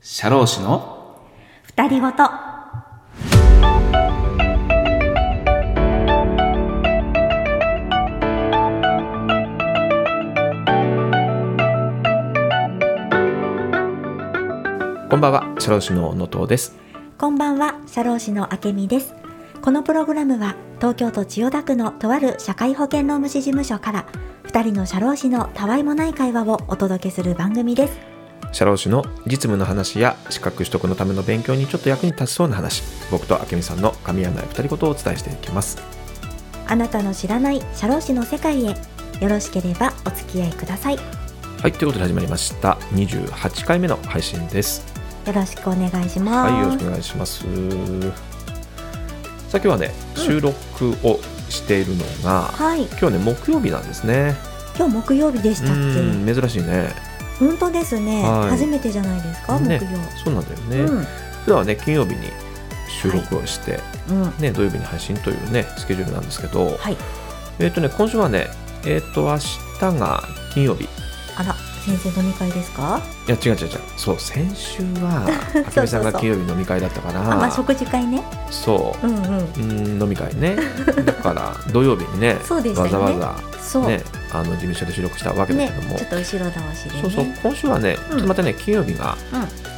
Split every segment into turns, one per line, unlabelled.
社労士の
二人ごと。
こんばんは社労士の野党です
こんばんは、社労士のあけみです。このプログラムは、東京都千代田区のとある社会保険労務士事務所から、二人の社労士のたわいもない会話をお届けする番組です。
社労士の実務の話や資格取得のための勉強にちょっと役に立ちそうな話僕と明美さんの神谷ない二人ことをお伝えしていきます
あなたの知らない社労士の世界へ、よろしければお付き合いください。よ
はいということで始まりました28回目の配信です
ろしくお願いしま
はいよろし
す。
くお願いしますさあ今日はね収録をしているのが、
はい、
今日ね木曜日なんですね
今日木曜日でし
う
たっけ。
ん珍しいね
本当ですね、
はい
初めてじゃないですか、
ね
木曜。
そうなんだよね、
うん、
普段はね金曜日に収録をして、
うん、
ね、土曜日に配信というねスケジュールなんですけど、
はい。
えっ、とね今週はねえっ、と明日が金曜日い
あら、先生飲み会ですか。
や違う違う違うそう先週 はあけみさんが金曜日飲み会だったから
あ、まあ、食事会ね。
そ
うん、うん。
ううん飲み会 ねだから土曜日にね
そうでした
わ
よね
ざわざ
そう。
ね、あの事務所で収録したわけだ
ね
けども、、
ちょっと後ろ倒しでね。
そうそう今週はね、
う
ちょ
ん
っとまたね金曜日が
う。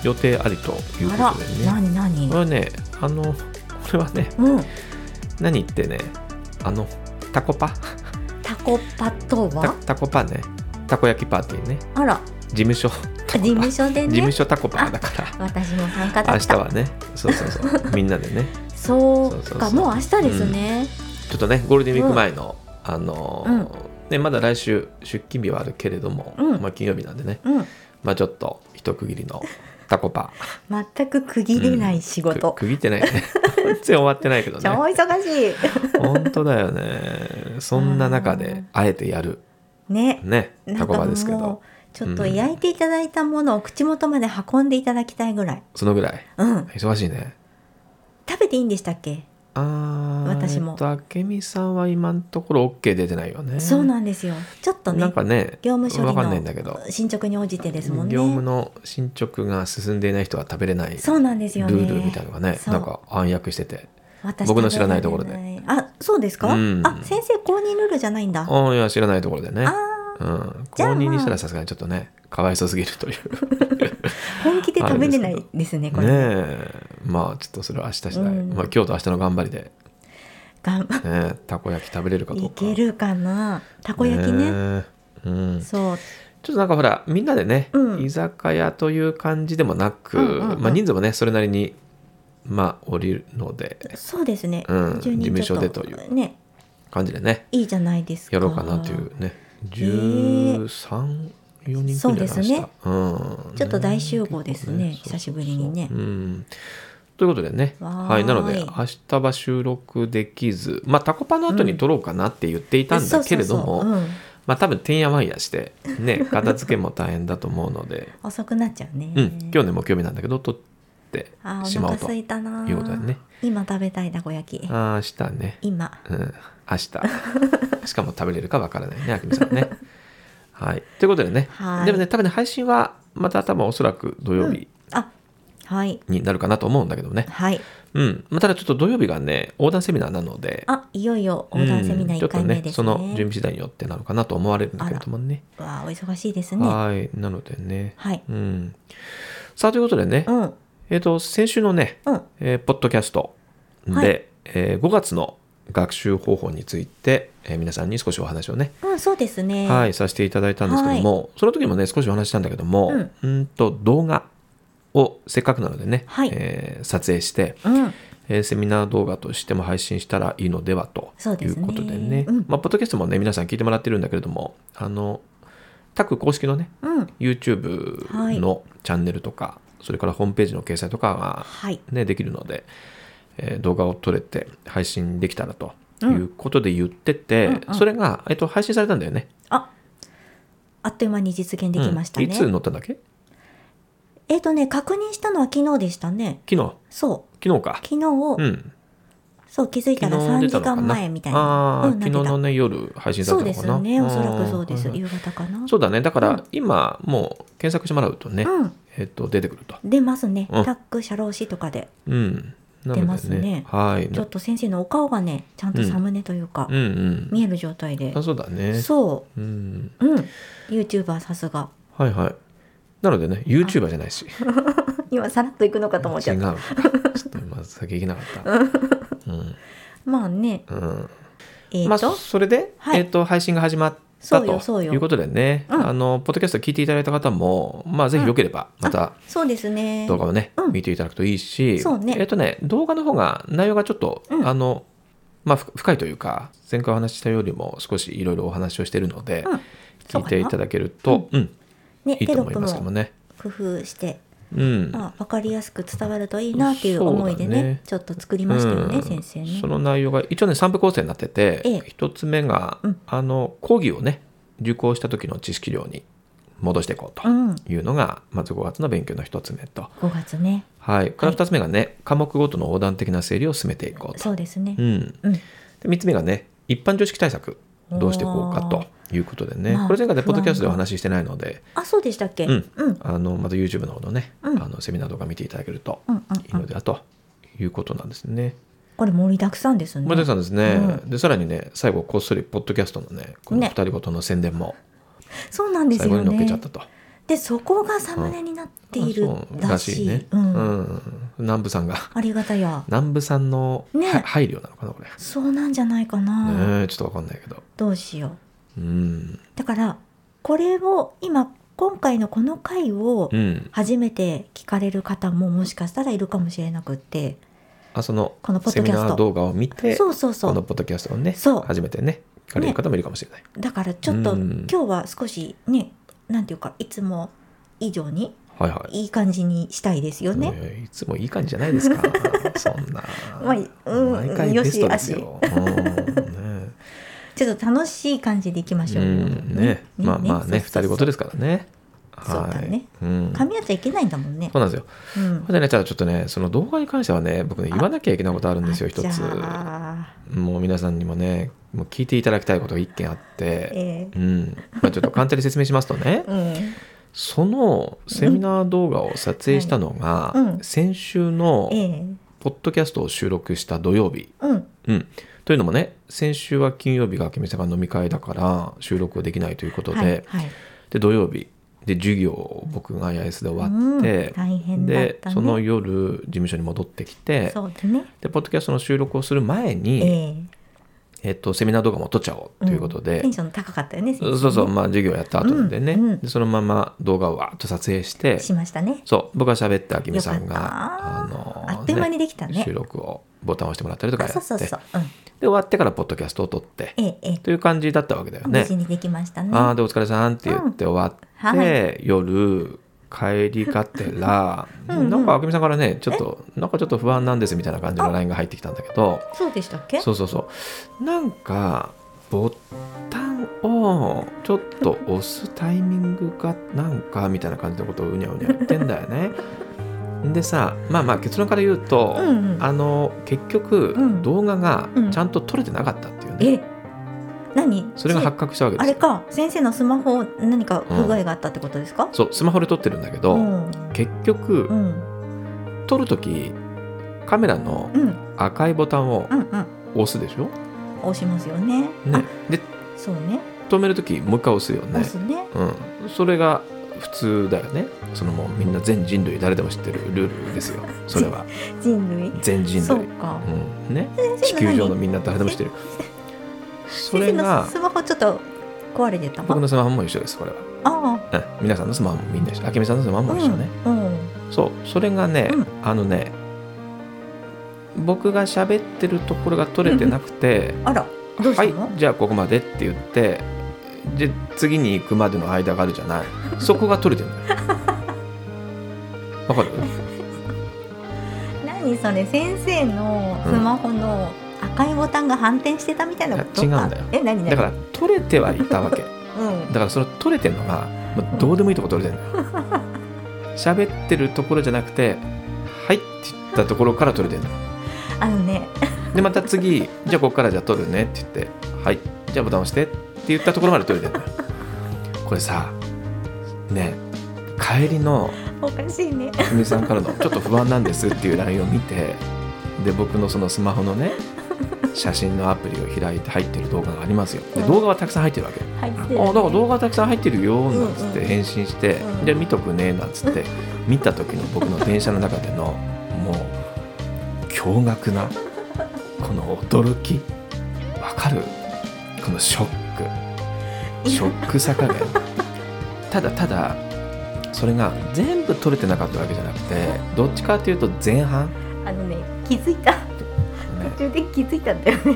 予定ありというん
あ
こ
ら
とで、ね、
何何
これはねあのこれはね
うん。
何言ってねあのタコパ
タコパと
た
は
タコパねたこ焼きパーティーね
あら、
事務所タコ
事
パ
務所で
事務
ね。
所タコパだから
私も参加だ
明
っ
日
た。
はねそうそう そうみんなでね
そ
そう
う
そうそ
か、
う
もう明日ですね。
ちょっとねゴールデンウィーク前の、あのー
うん
ね、まだ来週出勤日はあるけれども、
うん
まあ、金曜日なんでね、
うん。
まあ、ちょっと一区切りのタコパ
全く区切れない仕
く
事。
区切ってないね全然終わってないけどね
超忙し
本当だよねそんな中であえてやる
い。ね。
ね
な
タ
ん
コ
か
パですけ
も
ど
う、ちょっと焼いていただいたものを口元まで運んでいただきたいぐらい。
そのぐらい
うん。
忙しいね
食べていいんでしたっけ
あー
私も
えっと、あけみさんは今のところ OK 出てないよね
そうなんですよ。ちょっと
な
ね
ん、かね
業務処理の
わかんないんだけど
進捗に応じてですもんね。
業務の進捗が進んでいない人は食べれないル
そうなんですよね。
ールみたいなのがね
そう
なんか暗躍してて
私
僕の知らないところで
食べられないあ、そうですか、
うん
あ、先生公認ルールじゃないんだ。あ
ああいや知らないところでね
あ
うん、公
じゃあ
認にしたらさすがにちょっとねかわいそうすぎるという
ー、本気で食べれないです ね、こ
ね
れ。
えまあちょっとそれは明日次第、
う
ま
ん
あ、今日と明日の頑張りで、
がん
ね、たこ焼き食べれるかど
いう
か
けるかな。たこ焼きね。
えうん、ちょ
そう。
っとなんかほらみんなでね、
うん
居酒屋という感じでもなく、
うんうんうん
まあ、人数もねそれなりにまあ降りるので
そうですね。
うん
10人ちょっ
事務所でとい
ね、
感じでね
いいじゃないですか。
やろうかなとい。うね
ー
134人くらいで
そうですね、
うん、
ちょっと大集合です
そ
ね
う
久しぶりにね
そうそううんということでね
わーい
はいなので明日は収録できずまあタコパの後に撮ろうかなって言っていたんだけれど
そうそう
も
そううん
まあ多分てんやわんやしてね片付けも大変だと思うので
遅くなっちゃうね。
うん今日ね木曜日なんだけど撮って
あー
し
お
まお
腹
うと
空いたな。
いうことだね。
今食べたいたこ焼き。
あー明日ね
今。
うん、 明日しかも食べれるかわからないねあきみさんね。はい、ということでね、
はい
でもね多分ね配信はまた多分おそらく土曜日
あ、はい。
になるかなと思うんだけどね、
はい。
うんまあ、ただちょっと土曜日がね横断セミナーなので
あ、いよいよ横断セミナー
うん
1回
ち
目
ょっと
で
ね
す
そ
ね。
の準備次第によってなのかなと思われるんだけれどもね
わあ、お忙しいですね。
はいなのでね、
はい。
うん、さあということでね、
うん。うん。
えっと先週のね、えーポッドキャストで、
はい
え5月の学習方法について、えー皆さんに少しお話をね
うん、そうですね。
はい、させていただいたんですけども、その時もね少しお話ししたんだけども、
うん
うん、と動画をせっかくなのでね、
はい
えー撮影して、
うん。
えーセミナー動画としても配信したらいいのではと
そう
い
で
う
すね
ことでね
うん
まあ、ポッドキャストもね皆さん聞いてもらってるんだけれどもあの各公式のね
うん。
YouTube
はい
のチャンネルとか、それからホームページの掲載とかが
はい。
ね、できるので、えー動画を撮れて配信できたらということで言ってて、
うんうん
それが、えっと、配信されたんだよね。
あ、あっという間に実現できましたね。
うんいつ載ったんだっけ
えっ、とね、確認したのは昨日でしたね。
昨日
そう。
昨日か。
昨日を、
うん。
そう、気づいたら
昨日
3
出たの
時
か
間
な
前みたいな。
ああ、
うん、な
昨
っ
日
てた
のね、夜配信さ
そ
れ
う
た
で
のかな。
すね。おそら
あー
くそうです。
はいはい
夕方かな。
そうだね。だか
う
ら
ん、
今、もう検索してもらうとね、
うん。
えっと、出てくると。
出ますね、
うん
タック社労士とかで
うん。なので
出ますね
はい。
ちょっと先生のお顔がねちゃんとサムネというか、
うんうん。
見える状態で
あ、そうだね。
そ
うん。
ううん YouTuber さすが
はいはい。なのでね、YouTuber じゃないし。
今さらっといくのかと思っちゃ
違う
っ
の
た
か。ちょっと今、先行けなかった。うん。
まあね
うん。
えっ、
まあ、
と、
そそれで、
はい
えっと配信が始まった
そう
と
よそうよ
いうことでね、
うん
あのポッドキャスト聞いていただいた方も、まあ、ぜひよければまた
そうですね
動画をね、
うん
見ていただくといいし、
そうね
えっとね動画の方が内容がちょっと、
うん
あのまあ、ふ深いというか前回お話ししたよりも少しいろいろお話をしてるので、
うんそ
聞
うかない
ていただけると、うん
ね
いい
テ
と
ロ
思
ッ
い
プ
ますけど
も
ね。
工夫して、
うん
まあ、分かりやすく伝わるといいなっていう思いでね
そうだね
ちょっと作りましたよね、
うん
先生ね
その内容が一応ね3部構成になってて、
ええ
1つ目が、
うん
あの講義をね受講した時の知識量に戻していこうと
うん
いうのが、まず5月の勉強の1つ目と、
5月ね
はい、から2つ目がね、科目ごとの横断的な整理を進めていこうと、
そうですね
う、ん、
うん
で3つ目がね一般常識対策どうしていこうかということでね、
まあ
これ前回で
不
ポ
安
ッド
が
キャストでお話ししてないので、
あそうでしたっけ
うん
うん
あのまた YouTube の方のね、
うん
あのセミナーとか見ていただけると
うんうん
いいのではということなんですね。
これ盛りだくさんですね。
森田さんですね、
う
でさらにね最後こっそりポッドキャストのねこの
ね
二人ごとの宣伝も
そうなんです
最後
よ
に乗っけちゃ
ね
っ。たと、
でそこがサムネになっている
あそう
らしい。
ね、
う
うんん南部さんが
ありがたや。
南部さんの、
ね
は配慮なのかなこれ、
そうなんじゃないかな。
ねえちょっとわかんないけど
どうしよ
うん
う。だからこれを今今回のこの回を
うん
初めて聞かれる方ももしかしたらいるかもしれなくって。
あその
このポッ
セ
ドキ
ミ
ャスト
ナー動画を見て
そうそうそ
この
う。
ポッドキャストをね
そう
初めてね聞かれる方もいるかもしれない、
だからちょっと
うん
今日は少しねなんていうかいつも以上に
はいはい
いい感じにしたいですよね。
えいつもいい感じじゃないですかそんな、
まあうん
毎回ベストですようんね
ちょっと楽しい感じでいきましょうよ。
うんねまあまあね
そうそうそう
二人ごとですからね
そうだね
はいうん、
噛み合っちゃいけないんだもんね
そ。うなんですよ
うん
こ。れでねただちょっとねその動画に関してはね僕ね言わなきゃいけないことあるんですよ一
あ
つ
じゃあ
もう皆さんにもねもう聞いていただきたいことが一件あって、
え
うんまあ、ちょっと簡単に説明しますとね
え うん。
そのセミナー動画を撮影したのが、
うんうん
先週の
ええ
ポッドキャストを収録した土曜日、
うん。
うん、というのもね先週は金曜日が明美さんが飲み会だから収録できないということで、
はいはい。
で土曜日で授業を僕が IIS で終わって、
うん大変だっ
で
たね。
その夜事務所に戻ってきて
そうだね。
でポッドキャストの収録をする前に、え
え
っと、セミナー動画も撮っちゃお
え
うということで、
テンション高かったよね。先生ね
そうそう、まあ、授業やった後でね、
うんうん
でそのまま動画をわーっと撮影して
しましたね。
そう僕が喋ってあきみさん
よかっ
が
た
の
あっという間にできたね
収録をボタンを押してもらったりとか
あ
やっ
そ
て
うそうそう。うん。
で終わってからポッドキャストを撮って
ええええ
という感じだったわけだよね。
無事にできましたね。
あーでお疲れさんって言って終わって、
うんは
夜帰りがてら
うんうん
なんかあけみさんからねちょっとなんかちょっと不安なんですみたいな感じの
あ
LINE が入ってきたんだけど
そうでしたっけ？
そうそうそうなんかボタンをちょっと押すタイミングがなんかみたいな感じのことをうにゃうにゃ言ってんだよ ね。でさまあまあ結論から言うと、
うんうん
あの結局
うん
動画が
うん
ちゃんと撮れてなかったっていうね、
え、何？
それが発覚したわけで
あ
す
れ
よ。
か先生のスマホ何か不具合があったってことですか？
そうスマホで撮ってるんだけど、
うん。
結局
うん
撮る時カメラの
うん
赤いボタンを
うんうん。
押すでしょ、
押しますよね。
ね
あ、、
で
そうね。
止める時もう一回押すよね
押すね。
うん、それが普通だよねそのもうみんな全人類誰でも知ってるルールですよそれは
人類。
全人
そう
類
か。
うんね地
先生
球
何
上のみんな誰でも知 ってるそれ
先生
が
のスマホちょっと壊れてた
僕のスマホも一緒ですこれは、
あ
うん、皆さんのスマホもみんな一緒あけみさんのスマホ
あ
も一緒ね、
うん、うん、
そうそれがね、
うん
あのね僕が喋ってるところが取れてなくて
あら
「
どうし
は
た
い
の、
じゃあここまで」って言ってで次に行くまでの間があるじゃ ないそこが取れてるんだよわかる
何それ先生のスマホの赤いボタンが反転してたみたいなこと
いや違うんだよ
え何何
だから取れてはいたわけ
うん
だからその取れてるのがもうどうでもいいとこ取れてる のよ喋ってるところじゃなくて「はい」って言ったところから取れてるの
あのね
でまた次「じゃあここからじゃあ撮るね」って言って「はいじゃあボタン押して」って言ったところまで撮れてるのよこれさね帰りの
おかしいね
あくみさんからの「ちょっと不安なんです」っていう LINE を見てで僕のそのスマホのね写真のアプリを開いて入ってる動画がありますよで
うん
動画はたくさん入ってるわけ
入ってる
あだから動画たくさん入ってるよなんつっ
うんうん
て返信して、
うん
じゃあ見とくねなんつって見た時の僕の電車の中でのもう驚愕なこの驚きわかるこのショックショックさ加減ただただそれが全部取れてなかったわけじゃなくてどっちかというと前半、ね
あのね気づいた途中で気づいたんだよね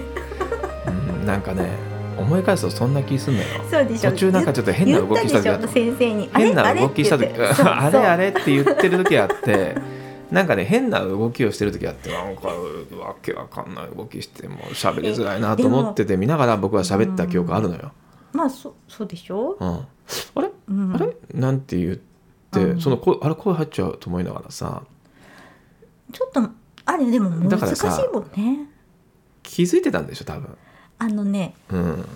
うん、なんかね思い返すとそんな気すんのよ
そうでしょ
途中なんかちょっと変な
言っ
動
た
き
で
した時
し
あっ
ょ
た
先生にあれ
変な動きした時
あ
あ
れ
れ
って言
あれって言
ってそう
ってる時あってなんかね変な動きをしてる時あってなんかわけわかんない動きしてもう喋りづらいなと思ってて見ながら僕は喋った記憶あるのよ。
まあそそうでしょ、
うん、あれ
うん、
あれなんて言って、
うん
その声あれ声入っちゃうと思いながらさ
ちょっとあれでも
だ
難
から
しい
さ
もんね
気づいてたんでしょ多分。
あのね
うん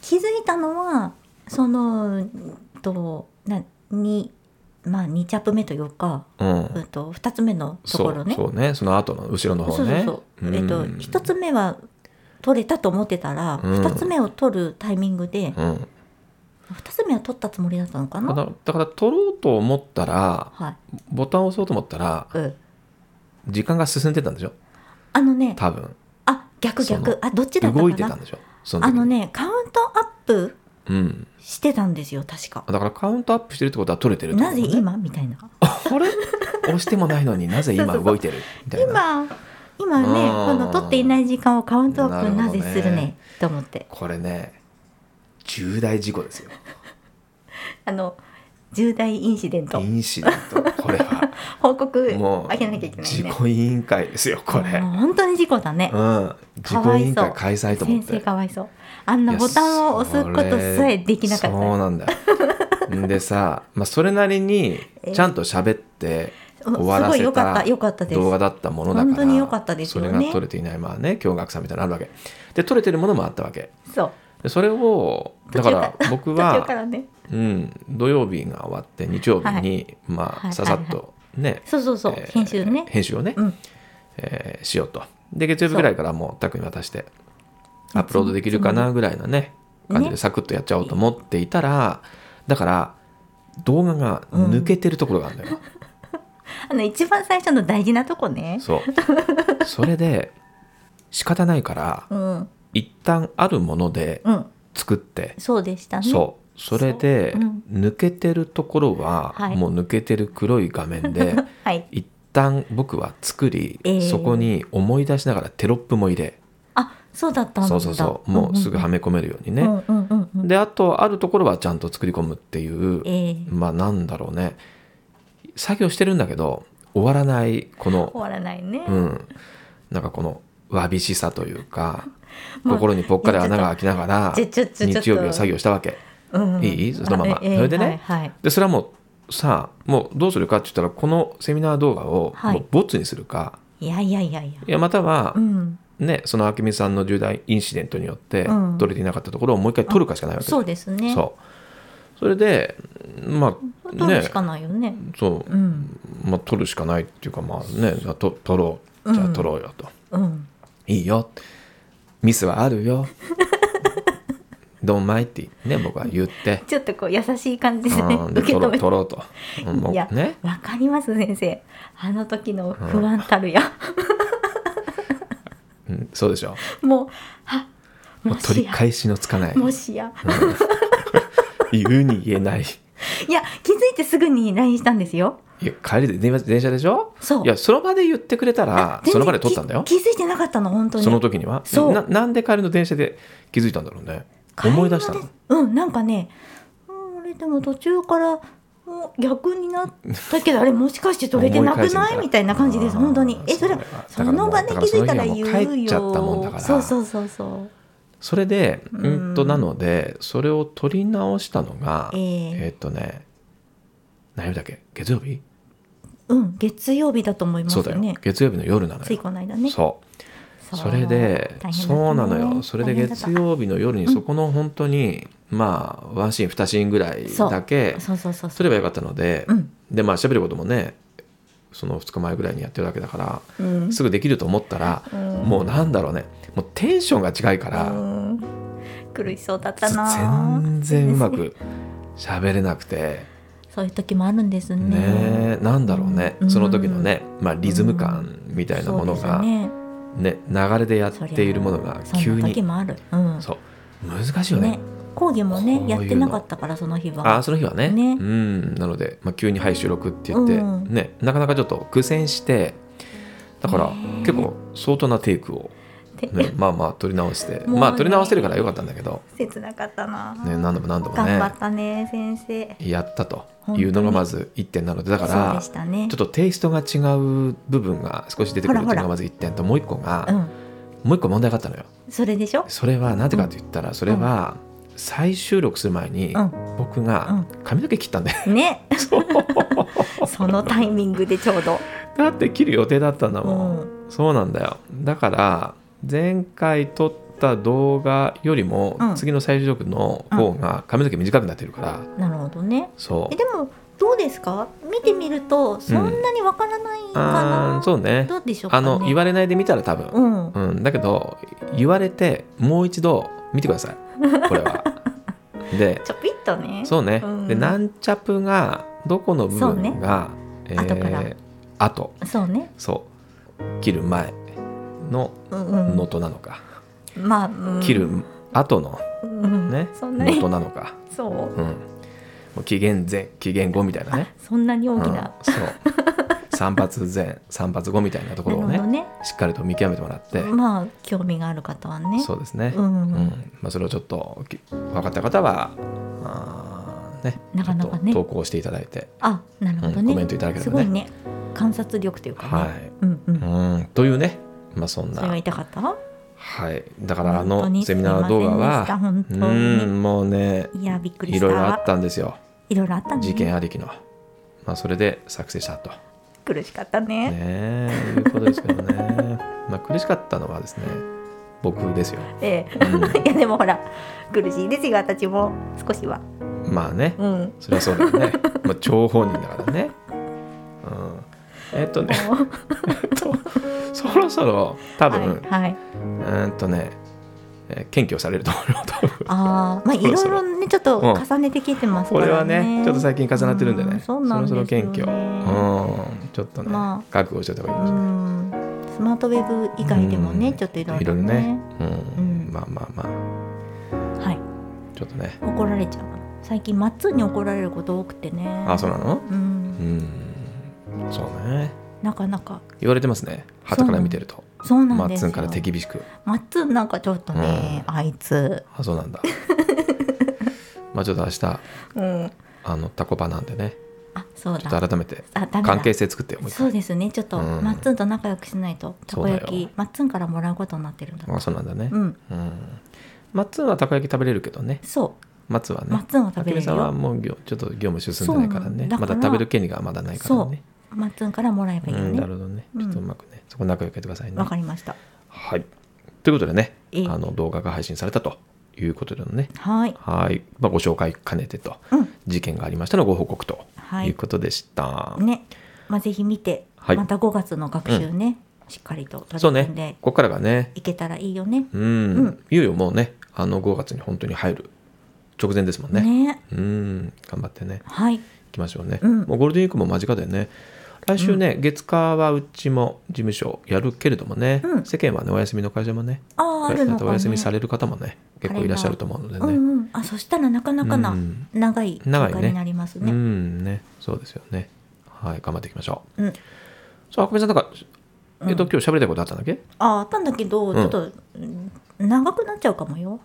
気づいたのはそのうんとなにまあ2着目というか、
うん
うん、と2つ目のと
そ
ころ
う
ね
そうねその後の後ろの方
そうそう
ね。
そう、えっと
うん
1つ目は取れたと思ってたら、
うん
2つ目を取るタイミングで、
うん、
2つ目は取ったつもりだったのか
だか
な
らだから取ろうと思ったら
はい、
ボタンを押そうと思ったら
うん、
時間が進んでたんでしょ
あのね
多分
あ逆
そ
逆あどっちだった
動
か
いてた
なん
でしょその
あ
時に
のねカウントアップ
うん、
してたんですよ確か
だからカウントアップしてるってことは取れてるってこ
な
と
ぜ
ね
今みたいな
あれ押してもないのになぜ今
そうそうそう
動いてるみたいな
今今ね
う
こ
ん
の取っていない時間をカウントアップ
な
な
るほど
ぜ
ね
するねと思って
これね重大事故ですよ
あの重大インシデント
インシデントこれ は
報告
も
あげなきゃい
う
けない
事
ね
故委員会ですよこれ
もう本当に事故だね
うん事故委員会開催と思
先
って
生かわいそうあんなボタンを押すことさえできなかっ
いやそれそう
た
なんだよんでさ、まあ、それなりにちゃんと喋って
うん
終わ
す
ら
ごい
せ
良かった
た
良かったです
動画だったものだから
本当に良かったですよね
それが撮れていないまあね驚愕さみたいなのあるわけで撮れてるものもあったわけ
そう
でそれを
途
だか
中か
らら僕
途中
は
からね
うん、土曜日が終わって日曜日に、ま
はい
あささっとね、
そうそうそう
えー
編集ね
編集をね、
うん
えーしようとで月曜日ぐらいからもうタクに渡してアップロードできるかなぐらいのね
ね
感じでサクッとやっちゃおうと思っていたら、だから動画が抜けてるところがあるんだよ、
あの一番最初の大事なとこね
そうそれで仕方ないから
うん
一旦あるもので
うん
作って、
そうでしたね
そうそれで、
そううん
抜けてるところは、
はい
もう抜けてる黒い画面で
はい
一旦僕は作り、
えー
そこに思い出しながらテロップも入れ
あそうだったんだ
そうそうそうもうすぐはめ込めるようにね、
うんうんうんうん、
であとあるところはちゃんと作り込むっていう、
えー
まあなんだろうね作業してるんだけど終わらないこ
終
の
わらないね、
うんなんかこのわびしさというか
まあ
心にぽっかり穴が開きながら
ちょちょちょちょっと
日曜日を作業したわけ
うんうん
いいそのまま
あええ
それでね
はいはい
でそれはもうさあもうどうするかって言ったらこのセミナー動画を
はい
もうボツにするか、
いやいやいやいや
い、やまたは
うん、
ねその明美さんの重大インシデントによって
うん
取れていなかったところをもう一回取るかしかないわけ
そうですね
そうそれでまあ
取る
ね
しかないよね
そう
う、ん
まあ、取るしかないっていうかまあねじゃあと取ろうじゃあ取ろうよと、
うん
いいよミスはある よドンマイってね僕は言って、
ちょっとこう優しい感じでね
うんで
受け
取
止
ろう
め
取ろうと、うんもう
いや
ね
わかります先生あの時の不安たるや、
うん、そうでしょ
もうあ
も
も
う取
し
り
や
返しのつかない
もしや
言うに言えない
いや気づいてすぐに LINE したんですよ
いや帰りで電話電車でしょ
そう
いやその場で言ってくれたら
全
そ
然
の場で取ったんだよ
き気づいてなかったの本当に
その時には
そう
ななんで帰りの電車で気づいたんだろうね
会話
思い出したの
ですうんなんかねうん俺でも途中からもう逆になったけどあれもしかして取れてなくないみたいな感じです本当にえそれその場で気づいたら言う
帰っ
よ
ちゃったもんだから
そうそうそうそう
それで
うん
うんとなのでそれを取り直したのが
えー
ーっとね何曜日だっけ月曜日
うん月曜日だと思います
そ
よ
うだよ
ね
月曜日の夜なの
つい
よ
この間ね
そ
う
それで
大変だったね
そうなのよそれで
大変だった
月曜日の夜に
うん
そこの本当に、まあワンシーン2シーンぐらいだけ
そうそうそう
す
そう
ればよかったので、
うん
でまあ喋ることもねその2日前ぐらいにやってるわけだから、
うん
すぐできると思ったら、
うん
もうなんだろうねもうテンションが違いから、
うん苦しそうだったな
全然うまく喋れなくて
そういう時もあるんですね
ねえなんだろうね、
うん
その時のね、まあ、リズム感みたいなものが、
そうです
ね
ね
流れでやっているものが
そ
急
んな時
に
もある、うん、
そう難しいよね
ね講義もね
こういうの
やってなかったからその日は
あその日はね
ね
うんなので、まあ、急に「はい収録」って言って、
うん
ね、なかなかちょっと苦戦してだから
ねえ
結構相当なテイクを、
で
ね、まあまあ取り直して、
もうね
まあ取り直せるからよかったんだけど、
切なかったな、
ね、何度も何度も
頑
ね
張ったね先生
やったというのがまず1点なのでだか
そう
ら
でしたね
ちょっとテイストが違う部分が少し出てくるというのがまず1点ともう1個が、
うん
もう1個問題があったのよ
それでしょ
それはなぜかと言ったら、それは再収録する前に
うん
僕
う
が
ん
髪の毛切ったんだよ、
ね そのタイミングでちょうど、
だって切る予定だったんだ
う
もん、
ん、
そうなんだよだから前回撮った動画よりも
うん
次の再収録の方が髪の毛短くなってるから、
なるほどね
そ
え
う
でもどうですか見てみるとそんなにわからないかな、
あーそうね
どうでしょうか
あ
ね
の言われないで見たら多分、
うん
うん、だけど言われてもう一度見てくだ さいこれは。で
ちょぴっとね
そうね、
うん
でなんちゃぷがどこの部
そうね
分が、え
後から
あと
そうね
そう切る前の
うんう
能
ん
登なのか、
まあ、うん、
切る後の
うん
ね
そんな
能
に
登なのか、
そう
うん、もう紀元前紀元後みたいな
あ
ね、
そんなに
う
大
ん、
き
そう
な、
3発前3発後みたいなところを
なる
ね
ほどね
しっかりと見極めてもらって、
まあ興味がある方はね
そうですね、
うん
うんまあ、それをちょっとき分かった方はあーね
なかなかね
ちょっと投稿していただいて、
あなるほど
うん
ね、
コメントいただけれ
す
ば
ご
ね
いね観察力というかね、
はい
うんうん、
うんというね、まあ、そん
それが
な、
痛かった
はい、だからあ
本当
の
に
セミナー動画は
すいませんでした
う
本当に
んもうね
いやびっくり
い
した
ろいろあったんですよ
いろいろあったね
事件ありきの、まあ、それで作成したと、
苦しかったね
ねえ、いうことですけどね、 まあ、苦しかったのはですね僕ですよ、
え
う
え いやでもほら苦しいですよ私も少しは
んまあね
うん
それはそうだよね、 まあ、情報人だからね、うん、えっとね
もう
そろそろ 多分、
はい、はい、
うーんとね、えー検挙されると思うよ多分
ああまあいろいろねちょっと
うん
重ねて聞いてます
こ
からね、
れはねちょっと最近重なってるんでね、
うそうなんですよ
ろ
ね
そろ謙虚うんちょっとね、
まあ
覚悟しておいた方がいいかもしれ
うんスマートウェブ以外でもね
うん
ちょっといろ
ないい
ろ
ろいろ
ね
ね、うん
うん
まあまあま
はい
あちょっとね
怒られちゃう最近マッツンに怒られること多くてね
あそうなの
う
うんんそうね
なかなか
言われてますね旗から見てると
そうな
マ
んで
ッ
す
ツ
よ
ンから手厳しく
マッツンなんかちょっとね、あいつ、
あそうなん だまあちょっと明日
うん、
あのタコパなんでね
あそう
ちょっ
だ
と改めて
あダメだ
関係性作ってよもう一
そう
回
ですねちょっと、
うん
マッツンと仲良くしないとたこ焼
そうだよ
きマッツンからもらうことになってるんだ
あそうなんだね
うん
うんマッツンはたこ焼き食べれるけどね
そ
松はね
うマッツンは食
明
べれ
美
る
さんは
よ
もう業ちょっと業務進んでないからね
そうなのだから
まだ食べる権利がまだないからね
マッツンからもらえばいいよ
うん、
ね
なるほどね
うん
ちょっとうまくね、そこ仲良くやってくださいね
わかりました
はいということでね
ええ
あの動画が配信されたということでのね
はい
はい、まあ、ご紹介兼ねてと、
うん
事件がありましたのご報告と
はい
いうことでした、
ねまあぜひ見て、
はい
また5月の学習ね、しっかりと取
そう
り組ん
ね
で
ここからがね
いけたらいいよね
うん、
うん
いよいよもうねあの5月に本当に入る直前ですもんね
ね
うん頑張ってね
はい
行きましょうね、
うん
もうゴールデンウィークも間近だよね来週ね、月火はうちも事務所やるけれどもね、
うん
世間はねお休みの会社もね
あああるのか、ね、
お休みされる方もね結構いらっしゃると思うので
う
ね、
んうんあそしたらなかなかな、
うん
長い期
長い
間
ね
になります
うん
ね
ねそうですよねはい頑張っていきましょう
うん
そうあくみさんなんかえっと、
うん
今日喋りたいことあったんだっけ
ああったんだけど、
ん
ちょっとうん長くなっちゃうかもよ。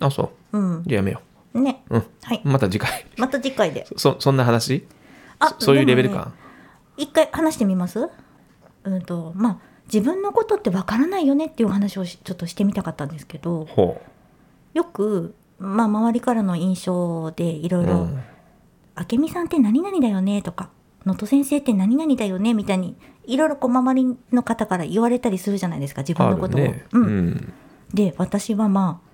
あそう
うん。
じゃあやめよ
ね。
ううん
はい。
また次回
また次回で。
そ そんな話そそういうレベル。
でもね
感、
一回話してみますうんと、まあ、自分のことってわからないよねっていう話をしちょっとしてみたかったんですけど、
ほ
よく、まあ、周りからの印象でい
う、
ろいうろ、
ん、
あけみさんって何々だよねとか、能登先生って何々だよねみたいにいろいろこう周りの方から言われたりするじゃないですか自分のことを。
ね
うん
ん
で私はまあ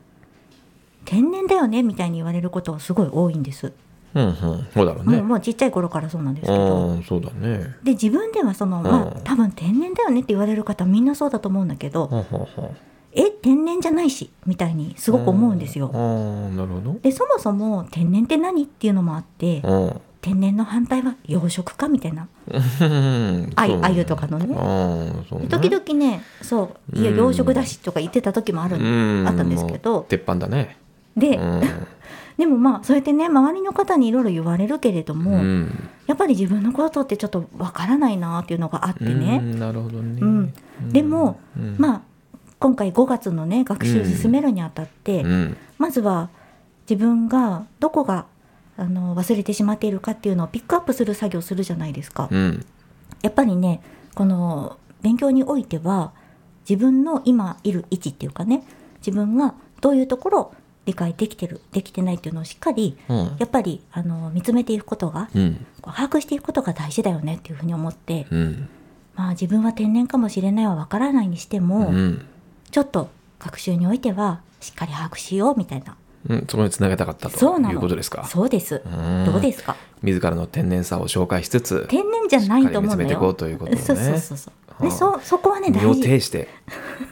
天然だよねみたいに言われることはすごい多いんです。
うんうんそうだろう
も
ね
うもうちっちゃい頃からそうなんですけど。
うんそうだね
で自分ではそのま
う
あ
ん
多分天然だよねって言われる方みんなそうだと思うんだけど
ははは
え天然じゃないしみたいにすごく思うんです
あ
よ。
ーなるほど
でそもそも天然って何っていうのもあって
うん
天然の反対は養殖かみたいなあゆあゆとかのね
ねそうね
時々ねそういや
うん
養殖だしとか言ってた時もある
うん
あったんですけ
もう
ど
鉄板だね
で、
うん
でもまあそうやってね周りの方にいろいろ言われるけれど
う
も、
ん
やっぱり自分のことってちょっとわからないなっていうのがあっ
う
てね、
んなるほどね
うんでも、
あ
まあ今回5月のね学習進めるにあたって、
うん
まずは自分がどこがあの忘れてしまっているかっていうのをピックアップする作業するじゃないですか。
うん
やっぱりねこの勉強においては自分の今いる位置っていうかね自分がどういうところを理解できてるできてないっていうのをしっかり
うん
やっぱりあの見つめていくことが
うん
こう把握していくことが大事だよねっていうふうに思って、
うん
まあ、自分は天然かもしれないはわからないにして
う
も、
ん
ちょっと学習においてはしっかり把握しようみたいな
うんそこに繋げたかった
そう
と
なの
いうことですか
そうです、
うん
どうですか
自らの天然さを紹介しつつ
天然じゃないと思うんだよ
しっかり見つめていこうということをね
そうそうそうそうで
はあ
そそこはね
身を
大事
挺して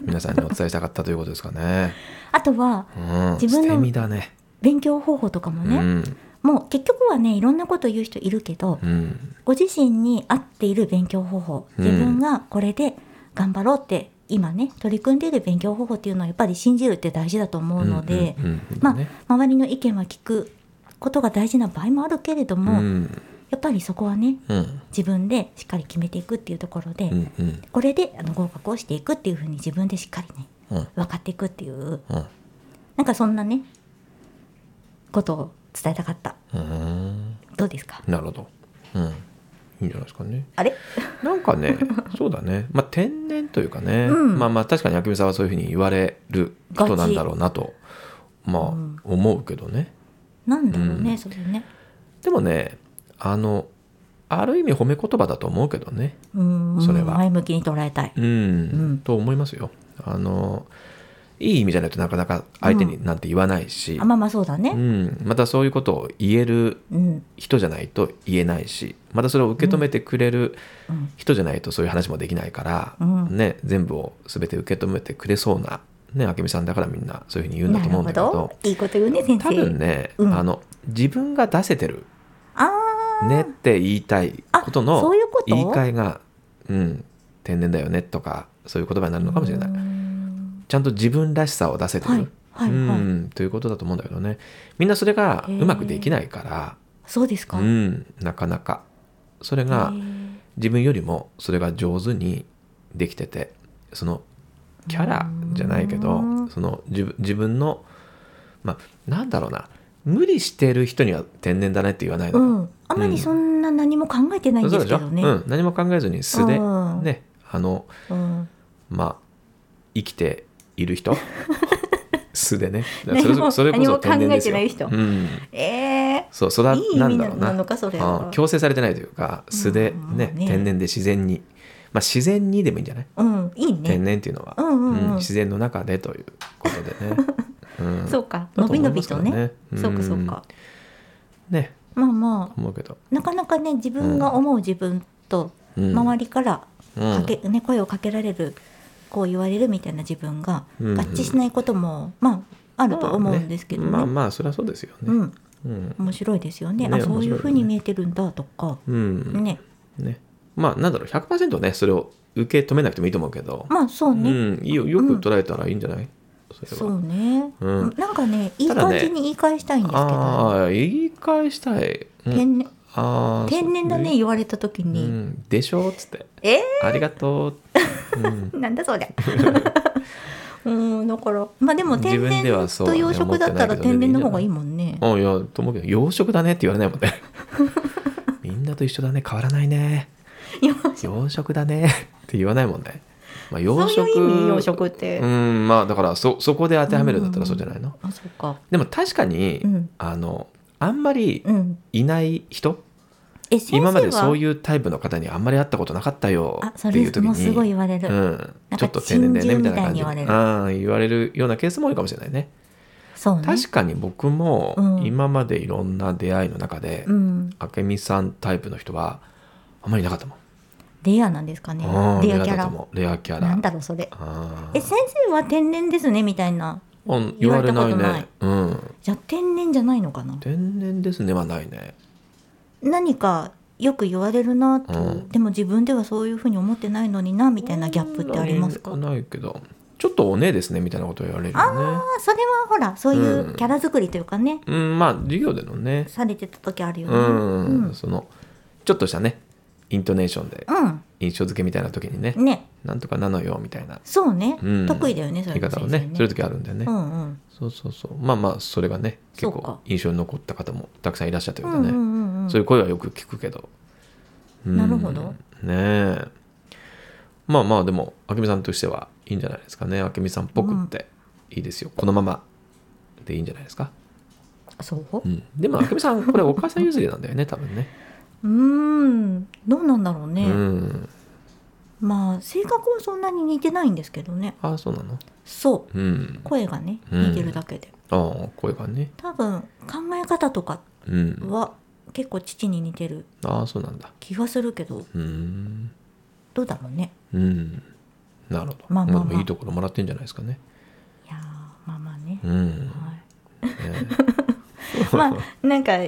皆さんにお伝えしたかったということですかね。
あとは
うん、
自分
捨
の
て身だね。
勉強方法とかもね、
うん
もう結局はねいろんなこと言う人いるけど、
うん
ご自身に合っている勉強方法
うん
自分がこれで頑張ろうって今ね取り組んでいる勉強方法っていうのをやっぱり信じるって大事だと思うので、
うんうんうん
ま
ね
あ周りの意見は聞くことが大事な場合もあるけれども、
うん
やっぱりそこはね
うん
自分でしっかり決めていくっていうところで、
うんうん
これであの合格をしていくっていうふうに自分でしっかりね
うん
分かっていくっていう
うん
なんかそんなねことを伝えたかった
うん
どうですか
なるほど。うんいいんじゃないですかね。
あれ
なんかねそうだね、まあ、天然というかね、
うん
まあまあ確かに明美さんはそういうふうに言われる人なんだろうなとまあ
うん
思うけどね。
なんだろうね、
うん
それね
でもねあのある意味褒め言葉だと思うけどね。
うん
それは
前向きに捉えたい、
うん、
うん
と思いますよ。あのいい意味じゃないとなかなか相手になんて言わないし、
あまあまあそうだ
う
ね
ん、またそういうことを言える
うん
人じゃないと言えないしまたそれを受け止めてくれる
うん
人じゃないとそういう話もできないから、
うん
ね、全部を全て受け止めてくれそうな、ね、明美さんだからみんなそういうふうに言うんだ
な
と
る
思う
ほ
んだけど
どいいこと言うね先生
多分ね、
うん
あの自分が出せてる
ああ
ねって言いたいこと
あ
の
そういうこと
言い換えがうん、天然だよねとかそういう言葉になるのかもしれない。
うん
ちゃんと自分らしさを出せてる、
はいはいはい
うんということだと思うんだけどねみんなそれが
へー
うまくできないか
そうです
ら、
か、
うん、なかなかそれが
へー
自分よりもそれが上手にできててそのキャラじゃないけ
う
ど
ーん
その自分自分のまあなんだろうな無理してる人には天然だねって言わないの
う
かな、
んあまりそんな何も考えてないん
そ
で
う
す
で
け
しょ、
どね
うん、何も考えずに素で、
うん
ねあの
うん
まあ生きている 人素でねそ
何
れ
も
そそれこそ天然ですよ
何も考えてない人
うん、
え
そう育
ー、いい意
なん
味
だ
な
ろう
な
な
のかそれは
うん強制されてないというか素で
うん
ね,、
ね
天然で自然にまあ自然にでもいいんじゃない、
うんいい
天
ね
然っていうのは、
うんうんうん
自然の中でということで ね、うん、
そうか
だ
の
と思
び
い
の
ま
び
すけ
と
ど
ね
うん
そうかそうか
ね
まあま
思うけど、
あなかなかね自分が思う自分と
うん、
周りから
うん
かけ、ね、声をかけられるこう言われるみたいな自分が合
うんうん
致しないことも、まああると思うんですけどね。
まあまあまあそれはそうですよ
う
ね、
ん、
うん
面白いですよね
ね
あそういう
面白いよね
ふうに見えてるんだとか、
うん
ね
ね、まあなんだろう100%ねそれを受け止めなくてもいいと思うけど、
まあそうね、
うん、いいよよく捉えたらいいんじゃない、それは
そうね、
うん
なんかねいい
ただ
感
ね
じに言い返したいんですけど、
ああ言い返したい、うん
天然
ああ
天然だね
そう
言われた時
う
に、
ん、でしょっつって
え
ありがとう、うん、
ー、なんだそりゃ。うんだからまあでも天
自分
然
ではそうは
と
ね
養殖だ
思
った
ってないけ
ら
ど
天然の方がいいもんね。
あいやと思うけど洋食だねって言われないもん ねみんなと一緒だね変わらないね
いや
洋食だねって言わないもんね、まあ、洋
そう
食
いう意味養殖って。
うんまあだからそそこで当てはめるんだったらそうじゃないの、
あそうか。
でも確かに、
うん
あのあんまり
うん
いない人、
え先生は
今までそう
いう
いうタイプの方にあんまり会ったことなかったよ
あ
っ
そ
ていう
れ
時に
もうすごい言われる、
うん
なんか
ちょっと定年だよねみたいな感じ
珍人みたいに言
あ言われるようなケースも多いかもしれないね
そうね
確かに僕も
うん
今までいろんな出会いの中で、
うん
明美さんタイプの人はあんまりいなかったもん、
レアなんですかね
うん
レア
レ
キ
アだと
ャラ
思うレアキャラ
なんだろうそれ
あー
え先生は天然ですねみたいな
うん
言われたこと
言われな
ない
いねうん
じゃあ天然じゃないのかな
天然ですねはないね
何かよく言われるなと、
うん
でも自分ではそういうふうに思ってないのになみたいなギャップってありますか
そんなにないけどちょっとお姉ですねみたいなこと言われるよね
あそれはほらそういううんキャラ作りというかね、
うんまあ授業でのね
されてた時あるよね
うん、
うん
そのちょっとしたねイントネーションで
うん
印象付けみたいな時にね、
ね
なんとかなのよみたいな
そうね、
うん
得意だよねそ
言
れ
い
も
方を
先
ね
生
する時あるんだよね、
うんうん
そうそうそうまあまあそれがね結
そうか
構印象に残った方もたくさんいらっしゃったよ
う
うんで
うん
ね、
うんうん
そういう声はよく聞くけど、うん
なるほど
ねえまあまあでもあけみさんとしてはいいんじゃないですかねあけみさんっぽくっていいですよ、このままでいいんじゃないですか、
そう
うん、でもあけみさんこれお母さん譲りなんだよね多分ね
うーんどうなんだろうね、
うん
まあ性格はそんなに似てないんですけどね
ああそうなの
そう
うん
声がね
うん
似てるだけで、
ああ声がね
多分考え方とか
うん
は結構父に似てる
ああそうなんだ
気がするけど
うん
どうだろうね
うんなるほど、
まあまあまあ
でもいいところもらってんじゃないですかね
いやーまあまあね、
うん、
はい
ね
まあなんか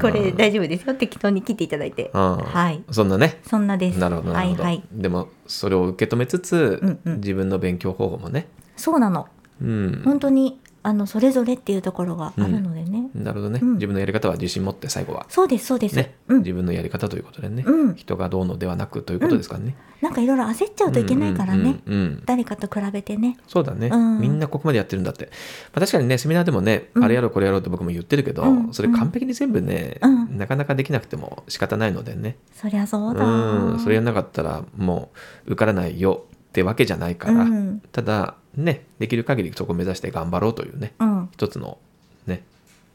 これ
うん
大丈夫ですよ適当に切っていただいて
ああ
はい
そんなね
そんなです
なるほどな
は
るほ
い
ど、
はい
でもそれを受け止めつつ、
うんうん
自分の勉強方法もね、
そうなの
うん、
本当にあのそれぞれっていうところがあるのでね、
なるほどね、
うん
自分のやり方は自信持って最後は、
そうですそうです、
ね
うん
自分のやり方ということでね、
うん
人がどうのではなくということですからね、
なんかいろいろ焦っちゃうといけないからね、
うんうんうんうん
誰かと比べてね
そうだね、
うん
みんなここまでやってるんだって、まあ、確かにねセミナーでもね、
うん
あれやろうこれやろうって僕も言ってるけど、
うん
それ完璧に全部ね、
うん
なかなかできなくても仕方ないのでね、
そりゃそうだ
うん、それやんなかったらもう受からないよってわけじゃないから、
うん
ただねできる限りそこを目指して頑張ろうというね
うん
一つのね、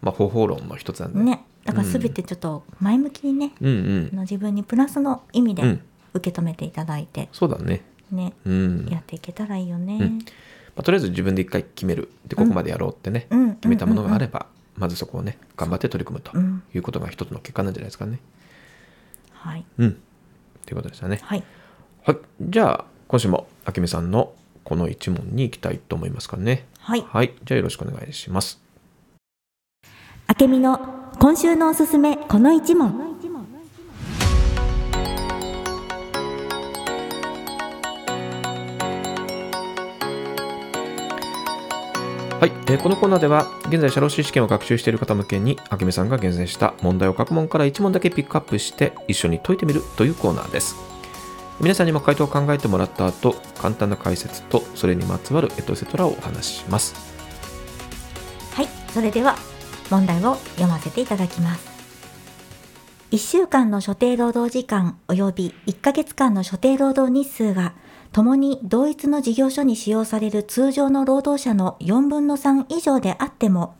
まあ、方法論の一つなんで、
ねだから全てちょっと前向きにね、
うん
あの自分にプラスの意味
うんう
で
ん
受け止めていただいて、
そうだね
ね
うん、
やっていけたらいいよね、
うんまあ、とりあえず自分で一回決めるでここまでやろうってね、
うんうん
決めたものがあれば、まずそこをね頑張って取り組むと
うん
いうことが一つの結果なんじゃないですかね
はい
うんということでしたね
はい
はいじゃあ今週もあけみさんのこの一問に行きたいと思いますかね
はい
はいじゃあよろしくお願いします
あけみの今週のおすすめこの一問
はい、えーこのコーナーでは現在社労士試験を学習している方向けにあけみさんが厳選した問題を各問から1問だけピックアップして一緒に解いてみるというコーナーです皆さんにも回答を考えてもらった後簡単な解説とそれにまつわるエトセトラをお話しします
はいそれでは問題を読ませていただきます1週間の所定労働時間及び1ヶ月間の所定労働日数がともに同一の事業所に使用される通常の労働者の4分の3以上であっても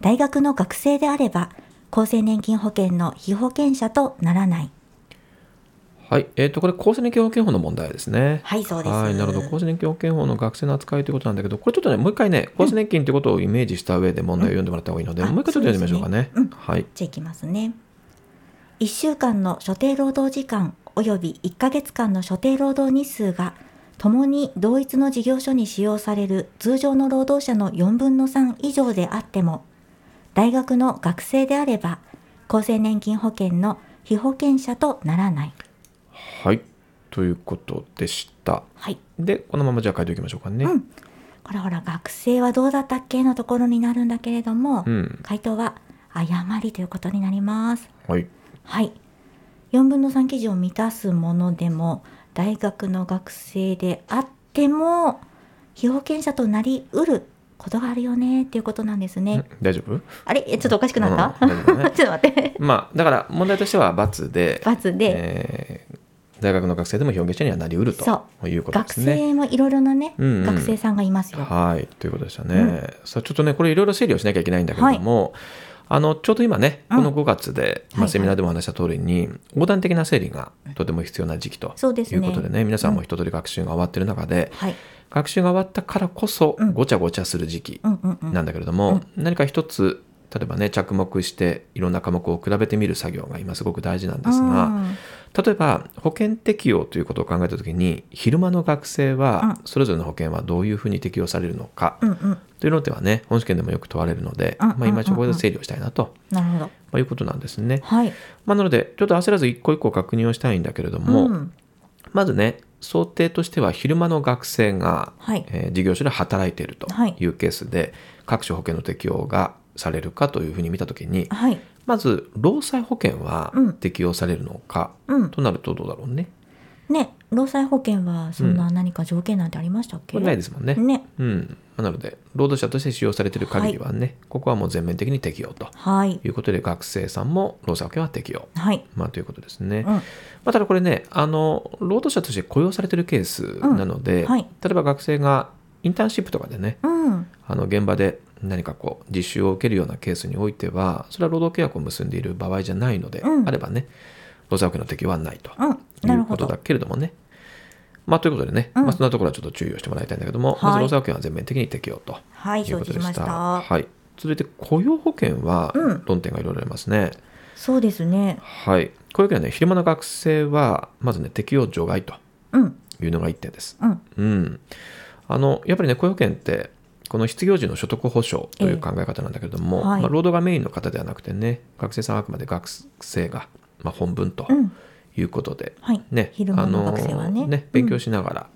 大学の学生であれば厚生年金保険の被保険者とならない
はい、えっ、と、これ、厚生年金保険法の問題ですね。
はいそうです
はい、なるほど。厚生年金保険法の学生の扱いということなんだけど、これちょっとね、もう一回ね、厚生年金ということをイメージした上で問題を読んでもらった方がいいので、
うんあ
もう一回ちょっと読んでみましょうかね。
そうですね
はい。
じゃあいきますね。1週間の所定労働時間及び1ヶ月間の所定労働日数が、ともに同一の事業所に使用される通常の労働者の4分の3以上であっても、大学の学生であれば、厚生年金保険の被保険者とならない。
はい。ということでした。
はい。
で、このままじゃあ書いておきましょうかね。
うんこれほら、学生はどうだったっけのところになるんだけれども、
うん
回答は誤りということになります。
はい。
はい。4分の3基準を満たすものでも、大学の学生であっても、被保険者となりうることがあるよねっていうことなんですね。
ん大丈夫
あれえちょっとおかしくなった、
うん大丈夫だね
ちょっと待って。
まあ、だから、問題としては、×で、
罰で、
えー大学の学生でも表現者にはなりうる
そ
ということで
学
すね。
生もいろいろなね、
うんうん
学生さんがいますよ。
はい、ということでしたね。
うん
さあちょっとねこれいろいろ整理をしなきゃいけないんだけれども、あのちょうど今ね、
うん
この5月で、ま
はいは
あ、
い
セミナーでも話した通りに、横断的な整理がとても必要な時期と
そうです
いう
ね
ことでね皆さんも一通り学習が終わってる中で、
はい
学習が終わったからこそ
うん
ごちゃごちゃする時期
うんうんうん
なんだけれども、何か一つ例えばね着目していろんな科目を比べてみる作業が今すごく大事なんですが。
うん
例えば保険適用ということを考えた時に昼間の学生は
う
それぞれの保険はどういうふうに適用されるのか
うんうん
というのではね本試験でもよく問われるので、
うん
まあ、今一応ここ
うんうん
で整理をしたいなと、
なるほど
まあ、いうことなんですね。
はい
まあ、なのでちょっと焦らず一個一個確認をしたいんだけれども、
うん
まずね想定としては昼間の学生が、
はい
えー事業所で働いていると
はい
いうケースで、各種保険の適用がされるかというふうに見た時に
はい
まず労災保険は
うん
適用されるのか、
うん
となるとどうだろうね。
ね労災保険はそんな何か条件なんてありましたっけ、
これないですもんね。
ね
うん、まあなので労働者として使用されている限りはね、ここはもう全面的に適用と
はい
いうことで学生さんも労災保険は適用、
はい
まあ、ということですね。
うん
まあ、ただこれねあの労働者として雇用されているケースなので、
うんはい
例えば学生がインターンシップとかでね
うん
あの現場で何かこう実習を受けるようなケースにおいてはそれは労働契約を結んでいる場合じゃないので、
うん
あればね労災保険の適用はないと
うん
い
なる
う
ほ
こと
ど
だけれどもね。まあ、ということでね、
うん
まあ、そんなところはちょっと注意をしてもらいたいんだけども、
はい
まず労災保険は全面的に適用と
はい
いう
承
こ
知
と
し
で
ま
し。
したた
はい、続いて雇用保険は
うん
論点がいろいろありますね。
そうですね
はい、雇用保険はね、昼間の学生はまずね、適用除外と
うん
いうのが一点です。
うん
うん、あのやっぱりね、雇用保険ってこの失業時の所得保障という考え方なんだけれども、
ええはい
まあ、労働がメインの方ではなくてね、学生さんはあくまで学生が、まあ、本分と
うん
いうことで、
はい、
ね、
昼間の学生はね
あの勉強しながら、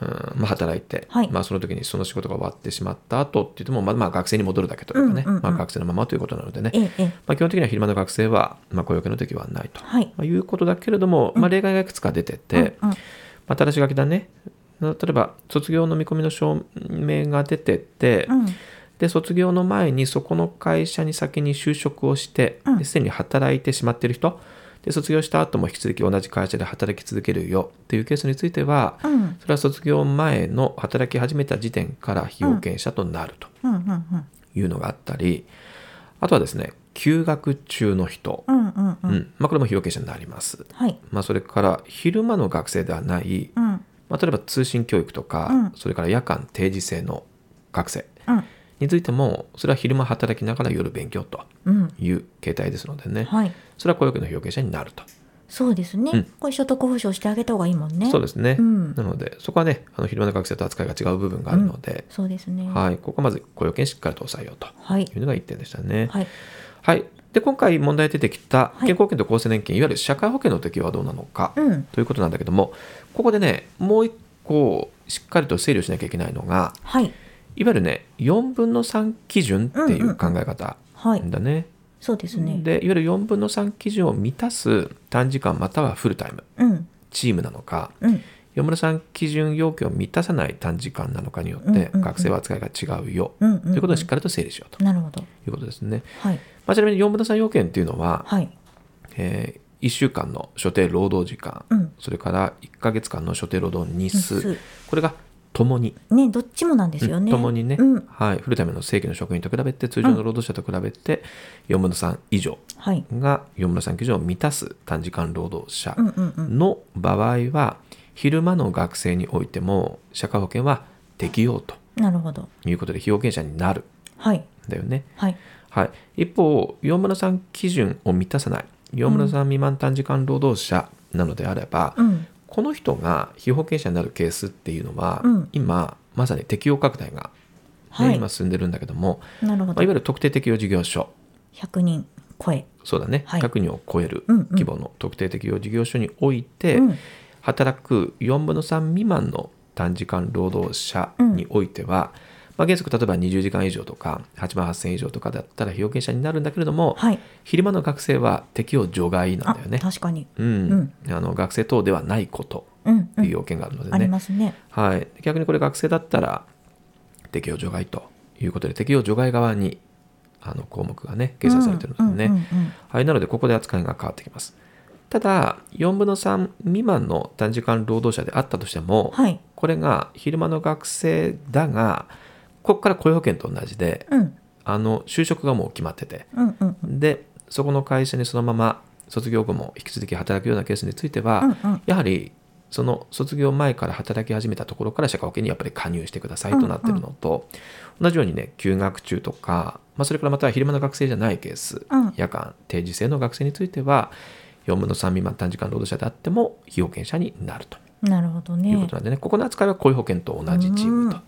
うんまあ、働いて、
はい
まあ、その時にその仕事が終わってしまった後って言っても、まあまあ、学生に戻るだけというかね、
うんうんうん
まあ、学生のままということなのでね、
ええええ
まあ、基本的には昼間の学生は、まあ、雇用形の時はないと、
はい
まあ、いうことだけれども、まあ、例外がいくつか出てて、
うんうん
まあ、正し書きだね例えば卒業の見込みの証明が出てて、
うん
で卒業の前にそこの会社に先に就職をして
うん
ですで、に働いてしまっている人で卒業した後も引き続き同じ会社で働き続けるよっていうケースについては、
うん
それは卒業前の働き始めた時点から被保険者となると
うんうん
いうのがあったり、あとはですね休学中の人、
うんうんう
うん
ん
まあ、これも被保険者になります。
はい
まあ、それから昼間の学生ではない、
うんうん
まあ、例えば通信教育とか、
うん
それから夜間定時制の学生についてもそれは昼間働きながら夜勉強と
うん
いう形態ですのでね、
はい
それは雇用保険の被保険者になると、
そうですね、
うん
これ所得保障してあげた方がいいもんね
そうですね、
うん
なのでそこはねあの昼間の学生と扱いが違う部分があるので、
そうですねは
はい、ここはまず雇用保険しっかりと抑えようと
い
いうのが1点でしたね。
はい
はい、で今回問題出てきた
はい
健康保険と厚生年金、いわゆる社会保険の適用はどうなのか、
うん
ということなんだけどもここでねもう1個しっかりと整理をしなきゃいけないのが
はい
いわゆるね4分の3基準っていう考え方
はい
だね。
そうですね
でいわゆる4分の3基準を満たす短時間またはフルタイム
うん
チームなのか
うん
4分の3基準要件を満たさない短時間なのかによ
う
っ
んうん
て
うん
学生は扱いが違うよ
うんうん
ということをしっかりと整理しようと
なるほど
いうことですね。
はい
まあ、ちなみに4分の3要件っていうのは、
はい
え1週間の所定労働時間、
うん
それから1ヶ月間の所定労働日数
日数
これがともに、
ねどっちもなんですよね
ともにね、
うん
はい、フルタイムの正規の職員と比べて通常の労働者と比べて4分の3以上
はい
が4分の3基準を満たす短時間労働者
うんうんうん
の場合は昼間の学生においても社会保険は適用と
なるほど
いうことで被保険者になる
はい
んだよね。
はい
はい、一方4分の3基準を満たさない4分の3未満短時間労働者なのであれば、
うん
この人が被保険者になるケースっていうのは、
うん
今まさに適用拡大が、ね
はい
今進んでるんだけども、
なる
まあ、
ほ
い
ど
わゆる特定適用事業所
100人声
そうだね、
はい
100人を超える
うんうん
規模の特定適用事業所において、
うん
働く4分の3未満の短時間労働者においては、まあ、原則例えば20時間以上とか8万8000以上とかだったら被保険者になるんだけれども、
はい
昼間の学生は適用除外なん
あ
だよね。
確かに
うん、あの学生等ではないこと
うん
っ
う
ていうん要件があるので
あり
ね、
ますね
はい、逆にこれ学生だったら適用除外ということで適用除外側にあの項目がね掲載されてるのでね、
うんうんうんうん
はい、なのでここで扱いが変わってきますただ4分の3未満の短時間労働者であったとしても、
はい
これが昼間の学生だがここから雇用保険と同じで
うん
あの就職がもう決まってて
うんうんうん
でそこの会社にそのまま卒業後も引き続き働くようなケースについては、
うんうん
やはりその卒業前から働き始めたところから社会保険にやっぱり加入してくださいとなってるのと、同じようにね休学中とか、まあ、それからまたは昼間の学生じゃないケース、
うん
夜間定時制の学生については4分の3未満短時間労働者であっても被保険者になると
なるほど
いう
ね
ことなんでね、ここの扱いは雇用保険と同じチームと、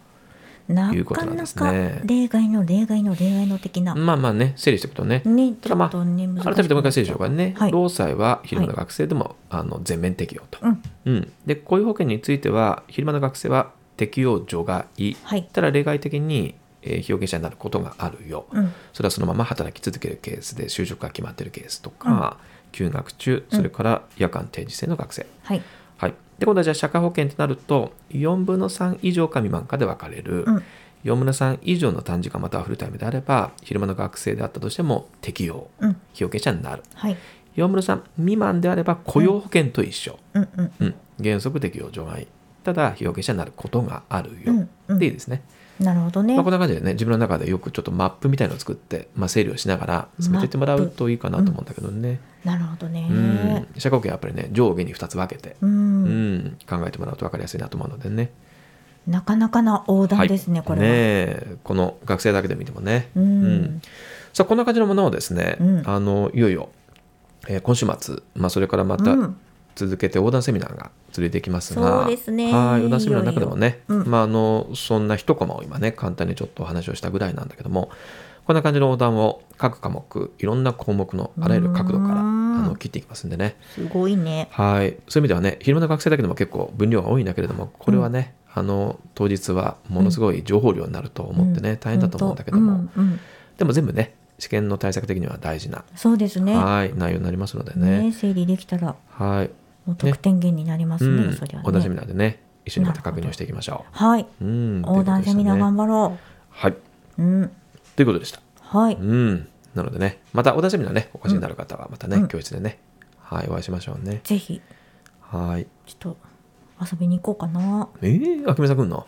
な
いうこと
か
なんで
な
す
か
ね
例外の例外の例外の的な
まあまあね整理していくとね、
ね
た
ち
だ
ょ
まあ
っとね難しい
改めてもう一回整理しようかね、
はい
労災は昼間の学生でも、あの全面適用と、
うん
うん、で雇用保険については昼間の学生は適用除外
はい
ただ例外的に、えー被保険者になることがあるよ、
うん
それはそのまま働き続けるケースで就職が決まってるケースとか、休学中それから夜間定時制の学生、
はい
はい、で今度はじゃあ社会保険となると4分の3以上か未満かで分かれる、
うん
4分の3以上の短時間またはフルタイムであれば昼間の学生であったとしても適用
うん
被保険者になる
はい
4分の3未満であれば雇用保険と一緒、
うんうん
うん原則適用除外ただ被保険者になることがあるよ、
うんうん
でいいですね
なるほどね
まあ、こんな感じでね自分の中でよくちょっとマップみたいのを作って、まあ、整理をしながら進めていってもらうといいかなと思うんだけどね、
なるほどね
うん、社会保険はやっぱりね上下に2つ分けて、
う
うんん、考えてもらうと分かりやすいなと思うのでね
なかなかな横断ですね
はい
こ
ね
れは
えこの学生だけで見てもね、
うん
さあこんな感じのものをですね、
うん
あのいよいよ、えー今週末、まあ、それからまた
うん
続けて横断セミナーが続いていきますが、
そうですね
はい横断セミナーの中でもね
いよいようん
まあ、あのそんな一コマを今ね簡単にちょっとお話をしたぐらいなんだけどもこんな感じの横断を各科目いろんな項目のあらゆる角度からあ
うん
の切っていきますんでね
すごいね
はいそういう意味ではね昼間の学生だけでも結構分量が多いんだけれどもこれはね、あの当日はものすごい情報量になると思ってね、大変だと思うんだけども、
本当うんうん
でも全部ね試験の対策的には大事な、
そうですね
はい内容になりますのでね
ね整理できたら
はい、
もう得点源になります
う
ね
ん
それは
横断セミ
ね
ナーでね一緒にまた確
なるほ
認
ど
をしていきましょ
はい。
う。うん、
横断セミナー頑
張
張ろ
はい、
う。うん。
ということでした。
はい。
うん、なのでね、また横断セミナーね、お越しになる方はまたね、
うん
教室でね、はい、お会いしましょうね。
ぜひ、
はい。
ちょっと遊びに行こうかな。
えー、あけみさん来んの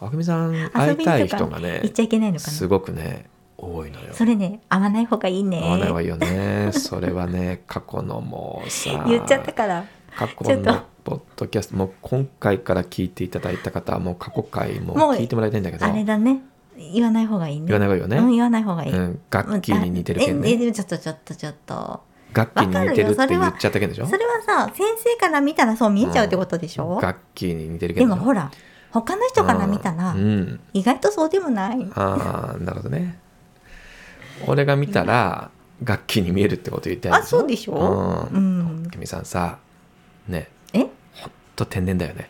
あけみさん、会いたい人が
遊びに
ね
行っちゃいけないのか
す
な。
ごくね、多いのよ。
それね、会わない方がいいね。
合わない方がいいよね。それはね、過去のもうさ、
言っちゃったから。
過
ち
去
ょっと
のポッドキャストもう今回から聞いていただいた方はもう過去回も
もう
聞いてもらいたいんだけど
あれだね。言わない方がいいね。
言わない方がいいよね
うん、言わない方がいい。
う
うん
ん、ガッキーに似てるけん
え
ね
えちょっとちょっとちょっと。
ガッキーに似てるって言っちゃったけんでしょ
それはさ、先生から見たらそう見えちゃうってことでしょ、
ガッキーに似てるけ
で
んで
も
しょ
ほら、他の人から見たら、
うん、
意外とそうでもない。
ああなるほどね俺が見たらガッキーに見えるってこと言いたい
あ、そうでしょ
うん
うん。
君さんさね
え
と天然だよね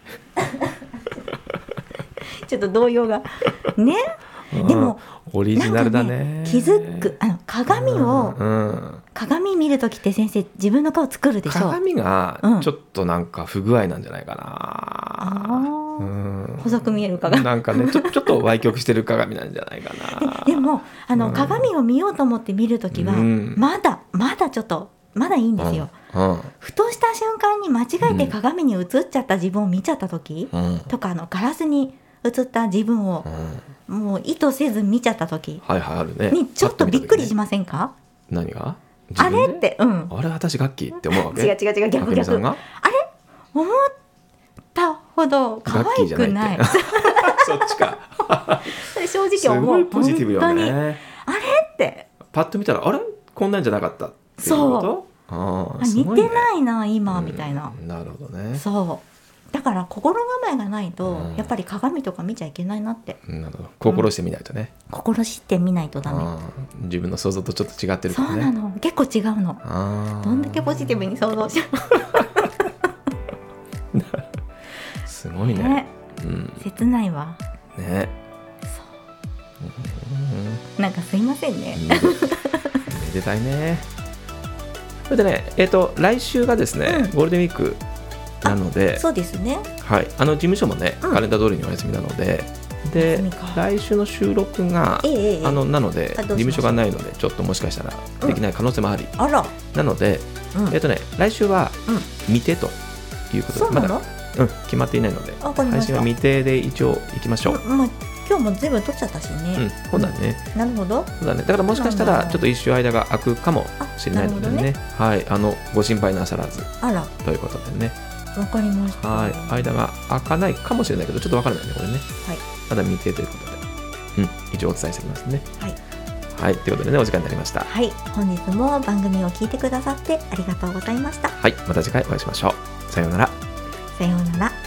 ちょっと動揺が。ねでも
うんオリジナルだね
なんか気づくあの鏡を、
うんうん
鏡見る時って先生自分の顔作るでしょ
鏡
う
が
ん
ちょっとなんか不具合なんじゃないか
あ
な、
ー
うん
細く見える鏡
なんかねちょちょっと歪曲してる鏡なんじゃないかな
ででもあの、
うん
鏡を見ようと思って見る時は、
うん
まだまだちょっとまだいいんですよ、
うんうん
ふとした瞬間に間違えて鏡に映っちゃった自分を見ちゃった時、
うんうん
とかあのガラスに映った自分を、もう意図せず見ちゃった時
はいはいあるね
にちょっとびっくりし
ま
ませんか、
す何が
あれ
自
っ
分で
てうん
あれ私楽器って思うわけ
違う違う違う逆
あけみさん
逆
が
思ったほど可
楽器
愛
じゃな
く
い
ない
ってそっちか
それ 正
す
直思う
ごいポジティブよ
本
ね
当にあれって
パッと見たらあれこんなんじゃなかったっていうことあ
あ
ーす
似
ごい
て
ね
ないな今、
うん
みたいな
なるほどね
そうだから心構えがないと、
うん
やっぱり鏡とか見ちゃいけないなって
なるほど心してみないとね、
心して見ないとダメ、
あー自分の想像とちょっと違ってる
そ
から
う
ね
なの結構違うの
あー
どんだけポジティブに想像し
すごい
て、
ね
ね、
うん
切ないわ
ね
なんかすいませんね
めでめでたいねそれでねえっ、と来週がですね、
うん
ゴールデンウィークなので
そうですね
はい、あの事務所もね、
うん
カレンダー通りにお休みなので
お
で
休みか
来週の収録が
ええええ
あのなので
あ
事
どうし
務
ましょ
所
う
がないのでちょっともしかしたら
うん
できない可能性もあり、
あら、
なので、
うん
えっとね、来週は
うん
未定ということで、
そうな
まだ
の、
うん、決まっていないので
わかりま
配
した
信は未定で一応行きましょう、
うんまあ今日も随分取っちゃったしね、
うん、そうだね。
なるほど
そうだね。だからもしかした
まあ
ら
まあ
ちょっと一周間が空くかもしれないので
あな
ね。はい、あのご心配なさらず
あら
ということでね。
わかりました
はい、間が開かないかもしれないけど、ちょっとわからないねこれね。
はい
まだ未定ということで。うん、一応お伝えしておきますね。
はい
はい、ということでね、お時間になりました。
はい本日も番組を聞いてくださってありがとうございました
はい、また次回お会いしましょう。さようなら。
さようなら